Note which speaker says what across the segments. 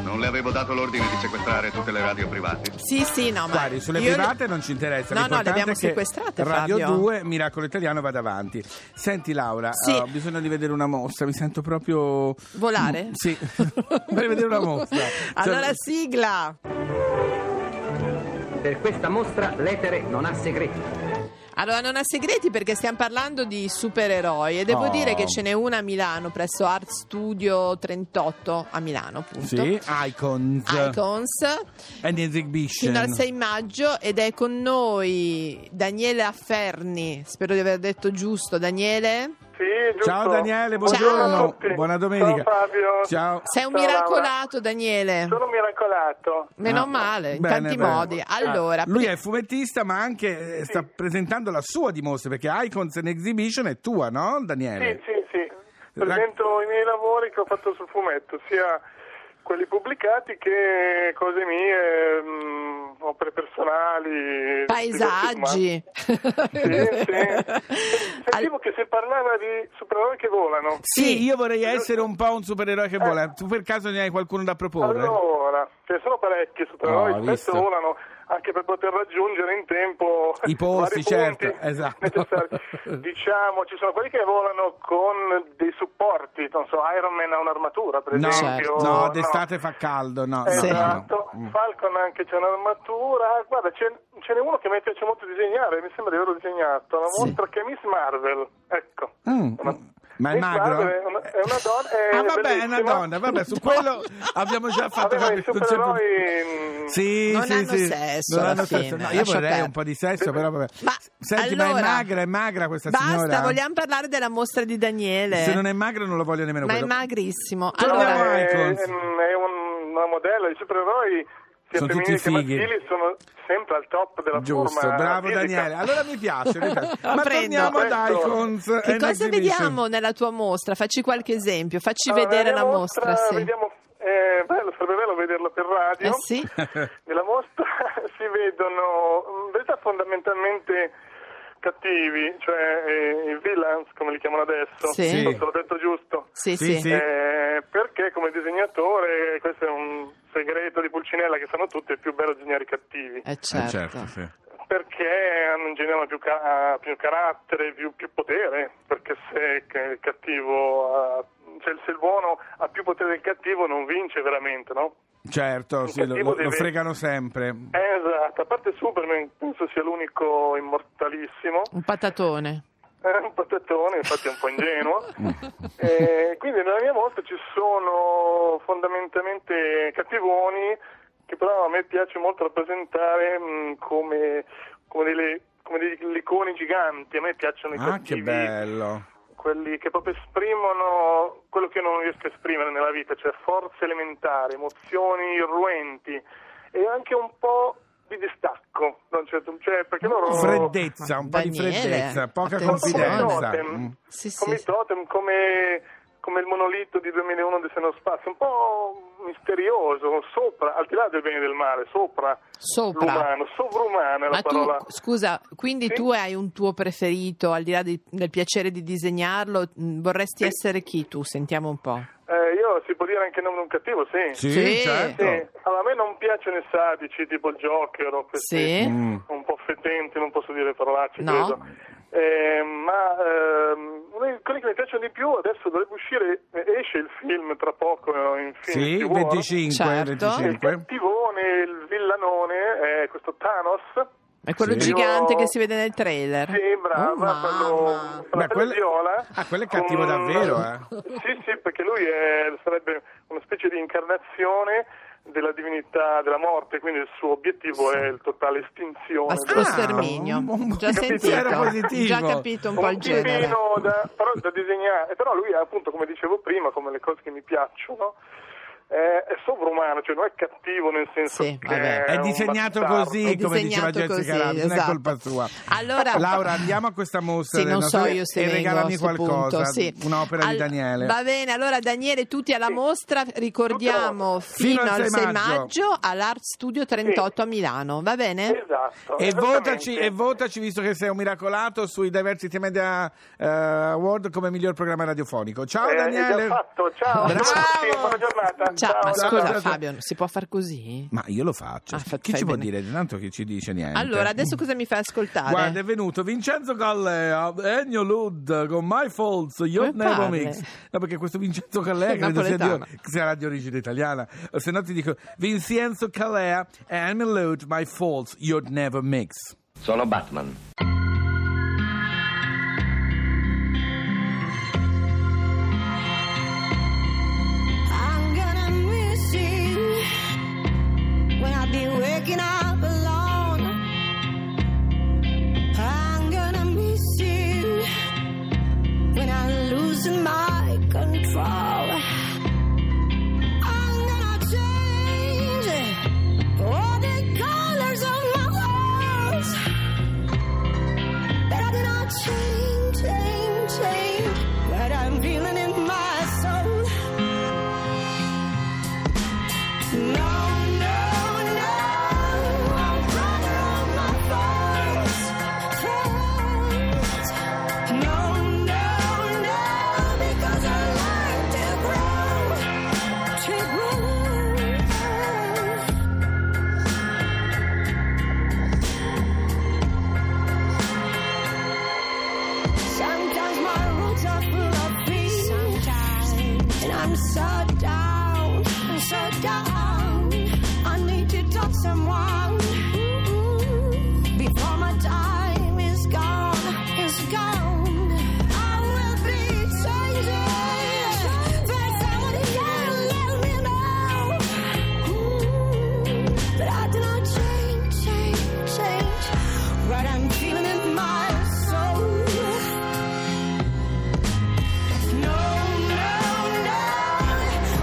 Speaker 1: Non le avevo dato l'ordine di sequestrare tutte le radio private?
Speaker 2: Sì, sì, no, ma...
Speaker 3: Guardi, sulle
Speaker 2: io-
Speaker 3: private non ci interessa.
Speaker 2: No, no, le
Speaker 3: l'importante
Speaker 2: abbiamo
Speaker 3: è che
Speaker 2: sequestrate,
Speaker 3: Radio
Speaker 2: Fabio.
Speaker 3: 2, Miracolo Italiano, vada avanti. Senti, Laura,
Speaker 2: Sì.
Speaker 3: ho bisogno di vedere una mostra. Mi sento proprio.
Speaker 2: Volare?
Speaker 3: Sì, vorrei vedere una mostra.
Speaker 2: allora
Speaker 3: Cioè,
Speaker 2: sigla!
Speaker 4: Per questa mostra l'etere non ha segreti.
Speaker 2: Allora, non ha segreti perché stiamo parlando di supereroi e devo
Speaker 3: Oh.
Speaker 2: dire che ce n'è una a Milano, presso Art Studio 38 a Milano, appunto.
Speaker 3: Sì, Icons.
Speaker 2: Icons,
Speaker 3: And Exhibition.
Speaker 2: fino al 6 maggio ed è con noi Daniele Afferni, spero di aver detto giusto, Daniele?
Speaker 5: Sì, giusto.
Speaker 3: Ciao Daniele,
Speaker 5: Buongiorno a
Speaker 3: buongiorno.
Speaker 5: tutti.
Speaker 3: Buona domenica.
Speaker 5: Ciao Fabio.
Speaker 3: Ciao.
Speaker 2: Sei un
Speaker 5: Ciao,
Speaker 2: miracolato, Daniele.
Speaker 5: Sono Ah, un miracolato.
Speaker 2: Meno
Speaker 3: Ah,
Speaker 2: male, in
Speaker 3: bene,
Speaker 2: tanti
Speaker 3: bene. Ah,
Speaker 2: modi. Allora,
Speaker 3: Lui
Speaker 2: pri-
Speaker 3: è fumettista, ma anche eh, sta presentando la sua dimostra perché Icons and Exhibition è tua, no,
Speaker 5: Sì,
Speaker 3: Daniele?
Speaker 5: sì, sì. Presento i miei lavori che ho fatto sul fumetto, sia quelli pubblicati che cose mie, mh, opere personali.
Speaker 2: paesaggi.
Speaker 5: diversi- ma- Sì, sì. Sentivo che si parlava di supereroi che volano.
Speaker 3: Sì,
Speaker 2: Sì.
Speaker 3: io vorrei essere un po' un supereroe che vola. Tu per caso ne hai qualcuno da proporre?
Speaker 5: Allora, ce ne sono parecchi supereroi,
Speaker 3: Oh, hai
Speaker 5: spesso
Speaker 3: visto?
Speaker 5: volano anche per poter raggiungere in tempo
Speaker 3: I posti,
Speaker 5: vari
Speaker 3: certo,
Speaker 5: punti
Speaker 3: esatto.
Speaker 5: necessari. Diciamo, ci sono quelli che volano con dei supporti, non so, Iron Man ha un'armatura, per
Speaker 3: No,
Speaker 5: esempio.
Speaker 3: certo. no, d'estate fa caldo, no,
Speaker 5: Eh,
Speaker 3: no, Mm.
Speaker 5: Esatto,
Speaker 3: no, no.
Speaker 5: Falcon anche c'è un'armatura, guarda ce, ce n'è uno che mi piace molto disegnare, mi sembra di averlo disegnato, la
Speaker 2: Sì.
Speaker 5: mostra che è Miss Marvel, ecco.
Speaker 3: Mm,
Speaker 5: Una-
Speaker 3: Ma è
Speaker 5: Miss
Speaker 3: magro?
Speaker 5: Marvel è una, è una donna, è
Speaker 3: ah, vabbè, è una
Speaker 5: bellissima.
Speaker 3: donna. Vabbè, su quello abbiamo già fatto
Speaker 5: Vabbè, ma i
Speaker 3: non c'è pro-
Speaker 5: supereroi, mm,
Speaker 3: Sì,
Speaker 2: non
Speaker 3: sì,
Speaker 2: hanno
Speaker 3: sì.
Speaker 2: sesso
Speaker 3: Non
Speaker 2: alla
Speaker 3: hanno
Speaker 2: fine,
Speaker 3: sesso. No, io
Speaker 2: lascia
Speaker 3: vorrei
Speaker 2: perdere.
Speaker 3: un po' di sesso, però vabbè.
Speaker 2: Ma,
Speaker 3: Senti, ma è
Speaker 2: allora,
Speaker 3: magra, è magra questa
Speaker 2: Basta,
Speaker 3: signora.
Speaker 2: vogliamo parlare della mostra di Daniele.
Speaker 3: Se non è magra non lo voglio nemmeno
Speaker 2: ma è
Speaker 3: quello.
Speaker 2: magrissimo.
Speaker 5: Però
Speaker 2: Allora,
Speaker 5: è,
Speaker 3: Icons.
Speaker 5: mm, è un- una modella, i supereroi sia
Speaker 3: Sono
Speaker 5: femminili che
Speaker 3: tutti fighi.
Speaker 5: maschili sono sempre al top della
Speaker 3: Giusto,
Speaker 5: forma
Speaker 3: bravo
Speaker 5: fisica.
Speaker 3: Daniele. Allora mi piace, mi piace.
Speaker 2: Lo
Speaker 3: Ma
Speaker 2: prendo.
Speaker 3: torniamo ad
Speaker 5: Questo-
Speaker 3: Icons.
Speaker 2: che
Speaker 3: and
Speaker 2: cosa
Speaker 3: Exhibition.
Speaker 2: vediamo nella tua mostra? Facci qualche esempio, facci
Speaker 5: Allora,
Speaker 2: vedere la
Speaker 5: nella
Speaker 2: mostra. sì.
Speaker 5: Vediamo, eh, bello, sarebbe bello vederla per radio.
Speaker 2: Eh sì?
Speaker 5: Nella mostra si vedono in realtà fondamentalmente cattivi, cioè eh, i villains come li chiamano adesso.
Speaker 2: Sì.
Speaker 3: Sì.
Speaker 5: Non so se l'ho detto giusto.
Speaker 2: Sì,
Speaker 3: Sì,
Speaker 2: sì.
Speaker 3: sì.
Speaker 5: Eh, perché come disegnatore, questo è un segreto di Pulcinella che sanno tutti, è più bello disegnare i cattivi.
Speaker 2: Eh, certo.
Speaker 3: Eh, certo, sì.
Speaker 5: Perché hanno in generale più, ca- più carattere, più, più potere, perché se c- il cattivo ha- cioè se il buono ha più potere del cattivo non vince veramente, no?
Speaker 3: Certo,
Speaker 5: Il
Speaker 3: sì, lo,
Speaker 5: cattivo
Speaker 3: lo- lo
Speaker 5: deve-
Speaker 3: fregano sempre.
Speaker 5: Eh, Esatto, a parte Superman, penso sia l'unico immortalissimo,
Speaker 2: Un patatone.
Speaker 5: è un patatone, infatti è un po' ingenuo. Eh, quindi nella mia mostra ci sono fondamentalmente cattivoni che però a me piace molto rappresentare mh, come, come, delle- come dei liconi giganti, a me piacciono i
Speaker 3: Ah, che
Speaker 5: cattivi,
Speaker 3: bello.
Speaker 5: quelli che proprio esprimono quello che io non riesco a esprimere nella vita, cioè forze elementari, emozioni irruenti e anche un po' di distacco, da un certo- cioè, perché loro...
Speaker 3: Freddezza, un po'
Speaker 2: Daniele,
Speaker 3: di freddezza, poca
Speaker 2: attenzione.
Speaker 3: confidenza.
Speaker 5: Totem.
Speaker 3: Mm.
Speaker 2: Sì, sì.
Speaker 5: come i totem, come, come il monolito di 2001 di Seno Spazio, un po' misterioso, sopra, al di là del bene e del male, sopra,
Speaker 2: Sopra.
Speaker 5: l'umano, sovrumano è la
Speaker 2: Ma tu,
Speaker 5: parola.
Speaker 2: scusa, quindi
Speaker 5: Sì.
Speaker 2: tu hai un tuo preferito, al di là di- del piacere di disegnarlo, mh, vorresti essere chi tu? Sentiamo un po'.
Speaker 5: Eh, io si può dire anche il nome di un cattivo, sì.
Speaker 3: Sì,
Speaker 2: Sì.
Speaker 3: certo.
Speaker 5: Sì, allora, a me non piacciono i sadici tipo il Joker o questi
Speaker 2: Sì.
Speaker 3: Mm.
Speaker 5: un po' fetenti, non posso dire parolacce,
Speaker 2: No.
Speaker 5: credo. Eh, ma ehm, noi- quelli che mi piacciono di più adesso dovrebbe uscire, eh, esce il film tra poco eh, in film
Speaker 3: Sì, 25,
Speaker 2: Certo.
Speaker 5: Il
Speaker 3: 25.
Speaker 5: cattivone, il villanone, eh, questo Thanos.
Speaker 2: È quello
Speaker 3: Sì.
Speaker 2: gigante
Speaker 5: Io-
Speaker 2: che si vede nel trailer.
Speaker 5: Sì, brava,
Speaker 2: Oh,
Speaker 5: quello,
Speaker 2: mamma.
Speaker 5: quello
Speaker 3: Beh, quello-
Speaker 5: viola.
Speaker 3: Ah, quello è cattivo davvero, eh.
Speaker 5: Sì, sì, perché lui è- sarebbe una specie di incarnazione della divinità della morte, quindi il suo obiettivo è il totale estinzione.
Speaker 2: Bast-
Speaker 3: Ah,
Speaker 2: lo oh, sterminio.
Speaker 3: un- un-
Speaker 2: Già
Speaker 3: capito,
Speaker 2: sentito.
Speaker 3: era positivo.
Speaker 2: Già capito un po' il
Speaker 5: tipino
Speaker 2: genere.
Speaker 5: da, però da disegnare, però lui è appunto come dicevo prima, come le cose che mi piacciono, è, è sovrumano, cioè non è cattivo nel senso
Speaker 2: Sì,
Speaker 5: che
Speaker 2: vabbè.
Speaker 3: È
Speaker 5: un
Speaker 3: disegnato
Speaker 5: bastardo.
Speaker 3: così, come diceva
Speaker 2: disegnato
Speaker 3: Jessica
Speaker 2: così,
Speaker 3: Lanza, non è
Speaker 2: esatto.
Speaker 3: colpa sua.
Speaker 2: Allora-
Speaker 3: Laura, andiamo a questa mostra
Speaker 2: Sì,
Speaker 3: del
Speaker 2: non
Speaker 3: nostro-
Speaker 2: so io se
Speaker 3: e
Speaker 2: vengo
Speaker 3: regalami
Speaker 2: a sto
Speaker 3: qualcosa,
Speaker 2: punto, sì.
Speaker 3: un'opera di
Speaker 2: Al-
Speaker 3: Daniele.
Speaker 2: Va bene, allora Daniele, tutti alla mostra, ricordiamo fino, al 6 maggio all'Art Studio 38 a Milano, va bene?
Speaker 5: Esatto.
Speaker 3: E
Speaker 5: esattamente.
Speaker 3: votaci, e votaci, visto che sei un miracolato, sui Diversity Media eh, Award come miglior programma radiofonico. Ciao
Speaker 5: Eh, è già
Speaker 3: Daniele!
Speaker 5: fatto. Ciao,
Speaker 3: Bravo.
Speaker 5: a tutti, buona giornata.
Speaker 2: faccia... Ma
Speaker 5: ciao,
Speaker 3: ciao,
Speaker 2: scusa
Speaker 3: ciao.
Speaker 2: Fabio, si può far così?
Speaker 3: Ma io lo faccio.
Speaker 2: Ah, fa-
Speaker 3: chi
Speaker 2: fai
Speaker 3: ci può
Speaker 2: bene.
Speaker 3: dire? Tanto chi ci dice niente.
Speaker 2: Allora, adesso cosa mi fai ascoltare?
Speaker 3: Guarda, è venuto Vincenzo Gallea, Ennio Lud con My Faults, Your
Speaker 2: Come
Speaker 3: Never
Speaker 2: parli?
Speaker 3: Mix. No, perché questo Vincenzo Gallea
Speaker 2: È
Speaker 3: credo sia di,
Speaker 2: napoletano.
Speaker 3: che sarà di origine italiana. Se no ti dico Vincenzo Gallea, Ennio Lud, My Faults, Your Never Mix.
Speaker 4: Sono Batman.
Speaker 6: I'm gonna miss you when I be waking up alone. I'm gonna miss you when I losing my control. I'm gonna change all the colors of my walls, but I did not change, change, change what I'm feeling in my soul. No, no, no, I'm running on my faults, faults. No, no, no, because I learned to grow, to grow. Sometimes my roots are full of pain. Sometimes, and I'm so down, I'm so down. I need to talk to someone before my time is gone, is gone. I will be changing, but somebody can let me know. But I do not change, change, change. What I'm feeling in my soul. No, no, no,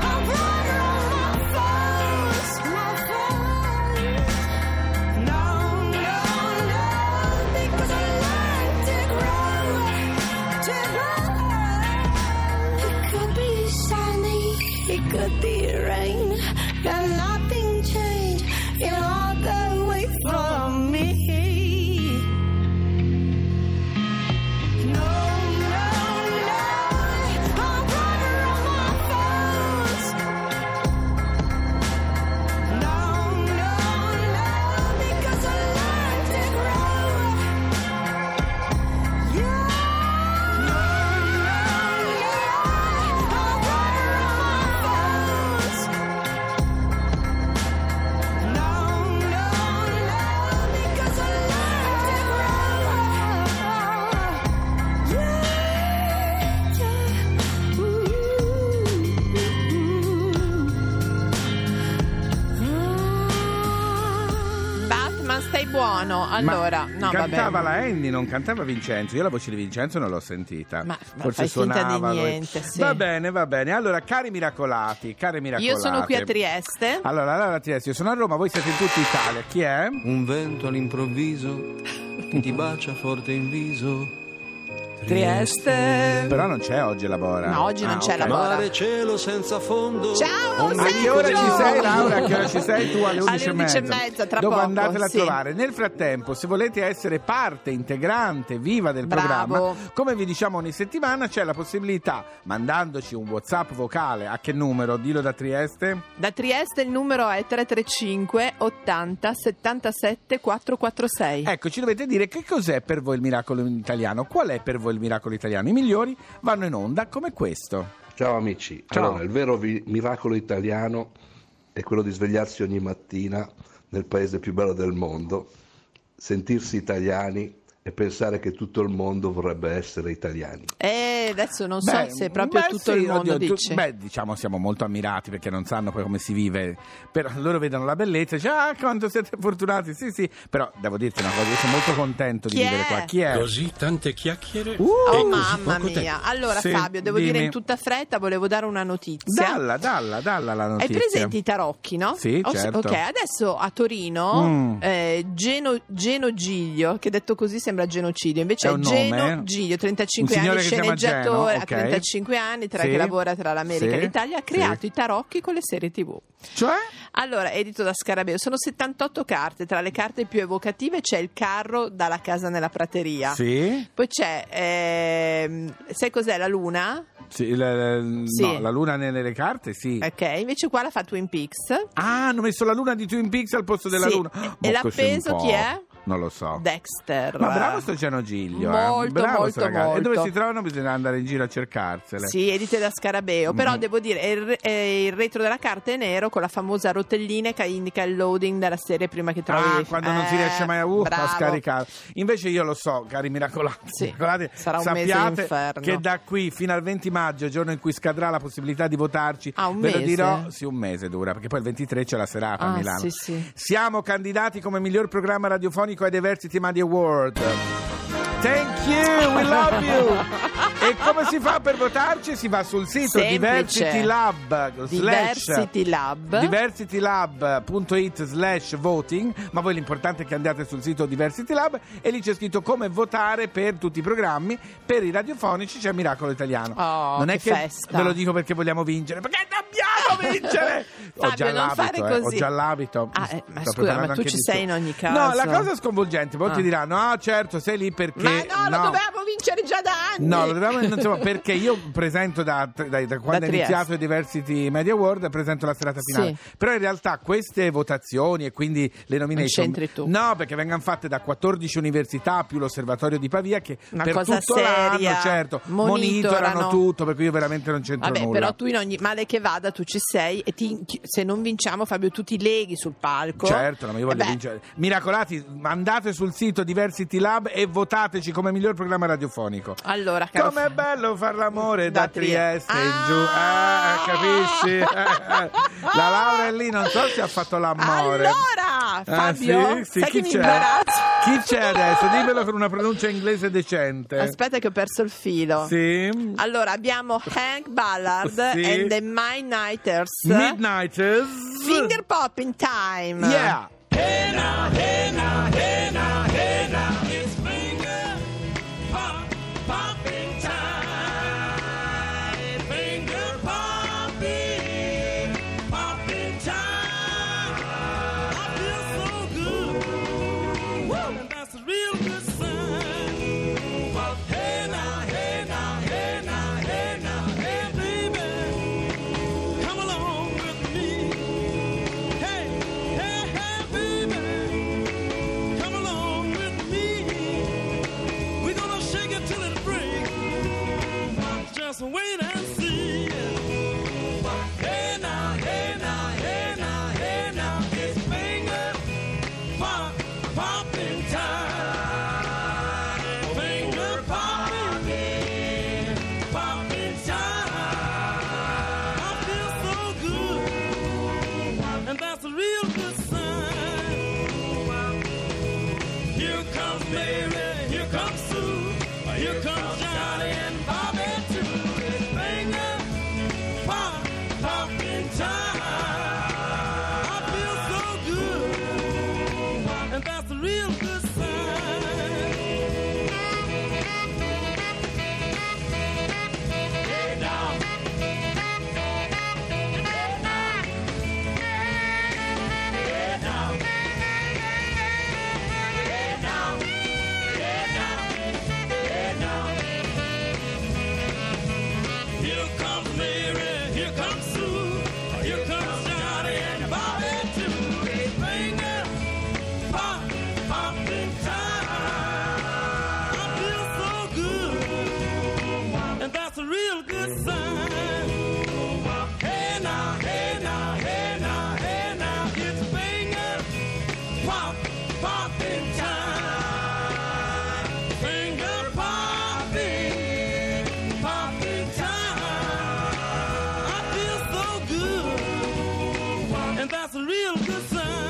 Speaker 6: I'm running on my faults, my faults. No, no, no, because I learned to grow, to grow. It could be sunny, it could be rain, but nothing changed in all the way for me. No, no, no, I'm running on my faults. No, no, no, because I learned to grow. Yeah. No, no, no, I'm running on my faults. No, no, no, because I learned to grow. Ah.
Speaker 2: Batman, stai buono. Allora,
Speaker 3: Ma
Speaker 2: no,
Speaker 3: cantava
Speaker 2: vabbè.
Speaker 3: la Andy, non cantava Vincenzo. Io la voce di Vincenzo non l'ho sentita.
Speaker 2: Ma- ma
Speaker 3: Forse
Speaker 2: fai finta di
Speaker 3: suonava. lui.
Speaker 2: niente, sì.
Speaker 3: Va bene, va bene. Allora, cari miracolati, cari miracolati.
Speaker 2: Io sono qui a Trieste.
Speaker 3: Allora, allora Trieste, io sono a Roma, voi siete in tutta Italia. Chi è?
Speaker 7: Un vento all'improvviso che ti bacia forte in viso.
Speaker 2: Trieste.
Speaker 3: Però non c'è oggi la Bora.
Speaker 2: No, oggi non
Speaker 3: Ah,
Speaker 2: c'è
Speaker 3: ok.
Speaker 2: la Bora.
Speaker 7: Mare cielo senza fondo.
Speaker 2: Ciao,
Speaker 3: A che ora ci
Speaker 2: Oh, Sergio!
Speaker 3: sei Laura? A che ora ci sei tu? Alle
Speaker 2: Alle
Speaker 3: 11.30
Speaker 2: 11:30, tra
Speaker 3: Dopo
Speaker 2: poco,
Speaker 3: andatela
Speaker 2: sì.
Speaker 3: a trovare. Nel frattempo, se volete essere parte integrante, viva del
Speaker 2: Bravo.
Speaker 3: programma, come vi diciamo ogni settimana, c'è la possibilità, mandandoci un WhatsApp vocale, a che numero? Dillo da Trieste.
Speaker 2: Da Trieste il numero è 335 80 77 446.
Speaker 3: Ecco, ci dovete dire che cos'è per voi il miracolo italiano. Qual è per voi il miracolo italiano? I migliori vanno in onda come questo.
Speaker 8: Ciao amici,
Speaker 3: Ciao.
Speaker 8: allora il vero vi- miracolo italiano è quello di svegliarsi ogni mattina nel paese più bello del mondo, sentirsi italiani e pensare che tutto il mondo vorrebbe essere italiani.
Speaker 2: E adesso non
Speaker 3: Beh,
Speaker 2: so se proprio
Speaker 3: beh,
Speaker 2: tutto
Speaker 3: sì,
Speaker 2: il mondo
Speaker 3: oddio, tu-
Speaker 2: dice.
Speaker 3: beh, diciamo siamo molto ammirati perché non sanno poi come si vive. Però loro vedono la bellezza e dicono, ah, quanto siete fortunati, sì, sì. Però devo dirti una cosa, io sono molto contento di
Speaker 2: Chi
Speaker 3: vivere
Speaker 2: è?
Speaker 3: qua. Chi è?
Speaker 9: Così tante chiacchiere
Speaker 3: Uh!
Speaker 9: e
Speaker 2: Oh
Speaker 9: così
Speaker 2: mamma
Speaker 9: poco tempo.
Speaker 2: mia! Allora
Speaker 3: Sì,
Speaker 2: Fabio, devo dire
Speaker 3: dimmi.
Speaker 2: in tutta fretta, volevo dare una notizia.
Speaker 3: Dalla, dalla, dalla la
Speaker 2: Hai
Speaker 3: notizia.
Speaker 2: presente i tarocchi, no?
Speaker 3: Sì,
Speaker 2: Ho-
Speaker 3: certo.
Speaker 2: Ok, adesso a Torino
Speaker 3: Mm.
Speaker 2: eh, Geno- Genogiglio, che detto così sembra genocidio, invece
Speaker 3: È
Speaker 2: è,
Speaker 3: un nome?
Speaker 2: Genogiglio, 35
Speaker 3: Un signore
Speaker 2: anni,
Speaker 3: che si chiama
Speaker 2: sceneggiatore,
Speaker 3: Geno,
Speaker 2: a
Speaker 3: ok.
Speaker 2: 35 anni, tra,
Speaker 3: Sì.
Speaker 2: che lavora tra l'America
Speaker 3: Sì.
Speaker 2: e l'Italia, ha
Speaker 3: Sì.
Speaker 2: creato i tarocchi con le serie tv.
Speaker 3: Cioè?
Speaker 2: Allora, edito da Scarabeo, sono 78 carte, tra le carte più evocative c'è il carro dalla casa nella prateria.
Speaker 3: Sì?
Speaker 2: Poi c'è, ehm, sai cos'è la luna?
Speaker 3: Sì, la,
Speaker 2: Sì. Eh.
Speaker 3: No, la luna nelle, nelle carte, sì.
Speaker 2: Ok, invece qua la fa Twin Peaks.
Speaker 3: Ah, hanno messo la luna di Twin Peaks al posto della
Speaker 2: Sì.
Speaker 3: luna.
Speaker 2: E-
Speaker 3: Boh,
Speaker 2: e l'ha
Speaker 3: questo è un
Speaker 2: preso
Speaker 3: po'.
Speaker 2: chi è?
Speaker 3: Non lo so.
Speaker 2: Dexter.
Speaker 3: Ma bravo sto Gianogiglio, eh.
Speaker 2: Molto,
Speaker 3: bravo
Speaker 2: molto,
Speaker 3: sto ragazzo. E dove
Speaker 2: molto.
Speaker 3: si trovano bisogna andare in giro a cercarsele.
Speaker 2: Sì, edite da Scarabeo, però
Speaker 3: Mm.
Speaker 2: devo dire, è il, re- è il retro della carta è nero con la famosa rotellina che indica il loading della serie prima che trovi
Speaker 3: Ah, quando non si
Speaker 2: Eh,
Speaker 3: riesce mai a, uh, a
Speaker 2: bravo.
Speaker 3: scaricare. Invece io lo so, cari miracolati,
Speaker 2: Sì,
Speaker 3: miracolati,
Speaker 2: sarà un mese
Speaker 3: sappiate
Speaker 2: inferno.
Speaker 3: che da qui fino al 20 maggio, giorno in cui scadrà la possibilità di votarci,
Speaker 2: Ah, un
Speaker 3: ve lo
Speaker 2: mese?
Speaker 3: dirò, sì, un mese dura, perché poi il 23 c'è la serata a
Speaker 2: Ah,
Speaker 3: Milano.
Speaker 2: sì, sì.
Speaker 3: Siamo candidati come miglior programma radiofonico ai diversi Temadi Award. Thank you, we love you. E come si fa per votarci? Si va sul sito
Speaker 2: Semplice.
Speaker 3: Diversity Lab slash-
Speaker 2: Diversity Lab.
Speaker 3: diversitylab.it slash voting ma voi l'importante è che andate sul sito Diversity Lab e lì c'è scritto come votare per tutti i programmi per i radiofonici c'è Miracolo Italiano
Speaker 2: Oh,
Speaker 3: non è
Speaker 2: che
Speaker 3: che
Speaker 2: festa.
Speaker 3: ve lo dico perché vogliamo vincere perché dobbiamo vincere ho
Speaker 2: Fabio,
Speaker 3: già
Speaker 2: non
Speaker 3: l'abito
Speaker 2: fare
Speaker 3: eh,
Speaker 2: così.
Speaker 3: ho già l'abito
Speaker 2: Ah, eh, ma
Speaker 3: Sto
Speaker 2: scusa,
Speaker 3: preparando
Speaker 2: ma tu
Speaker 3: anche
Speaker 2: ci
Speaker 3: il
Speaker 2: sei
Speaker 3: discorso.
Speaker 2: in ogni caso.
Speaker 3: no la cosa sconvolgente molti
Speaker 2: Ah.
Speaker 3: diranno ah certo sei lì perché
Speaker 2: Ma no, lo dovevamo vincere già da anni.
Speaker 3: No, lo dobbiamo insomma, perché io presento da, da- da quando
Speaker 2: Da
Speaker 3: è
Speaker 2: Trieste.
Speaker 3: iniziato il Diversity Media Award, presento la serata finale.
Speaker 2: Sì.
Speaker 3: Però in realtà queste votazioni e quindi le nomination
Speaker 2: c'entri tu.
Speaker 3: No, perché vengono fatte da 14 università più l'osservatorio di Pavia che
Speaker 2: Una
Speaker 3: per
Speaker 2: cosa
Speaker 3: tutto
Speaker 2: seria.
Speaker 3: l'anno, certo,
Speaker 2: Monitorano.
Speaker 3: monitorano tutto, per cui io veramente non c'entro
Speaker 2: Vabbè,
Speaker 3: nulla.
Speaker 2: però tu in ogni male che vada, tu ci sei e ti- chi- se non vinciamo, Fabio, tu ti leghi sul palco.
Speaker 3: Certo, no, ma io voglio
Speaker 2: Eh beh,
Speaker 3: vincere. Miracolati, andate sul sito Diversity Lab e votateci come miglior programma radiofonico.
Speaker 2: Allora, caro
Speaker 3: Com'è bello far l'amore da,
Speaker 2: Da
Speaker 3: Trieste in
Speaker 2: Trieste.
Speaker 3: giù, eh, eh,
Speaker 2: Ah!
Speaker 3: capisci? La Laura è lì, non so se ha fatto l'amore.
Speaker 2: Allora,
Speaker 3: Ah,
Speaker 2: Fabio,
Speaker 3: sì? Sì,
Speaker 2: sai
Speaker 3: chi
Speaker 2: che mi
Speaker 3: c'è?
Speaker 2: imbarazzo?
Speaker 3: Chi c'è adesso? Dimmelo con una pronuncia inglese decente.
Speaker 2: Aspetta che ho perso il filo.
Speaker 3: Sì.
Speaker 2: Allora, abbiamo Hank Ballard
Speaker 3: Sì.
Speaker 2: and the Midnighters.
Speaker 3: Midnighters.
Speaker 2: Finger pop in time.
Speaker 3: Yeah.
Speaker 9: Just wait and see. Hey now, hey now, hey now, hey now, it's finger pop, popping time. Finger popping, popping time. I feel so good, and that's a real good sign. Here comes Mary, here comes Sue, here comes Johnny and Bobby too. It's finger pop, pop in time. I feel so good, and that's a real good sign. Hey now. Hey now. Hey now. Hey now. Hey now. Here comes Mary, here comes Sue, here comes Johnny and Bobby too. It's finger pop, pop in time. I feel so good, and that's a real good sign. Hey now, hey now, hey now, hey now, it's finger pop, pop in time. Finger popping popping time. I feel so good, and that's a real good sign.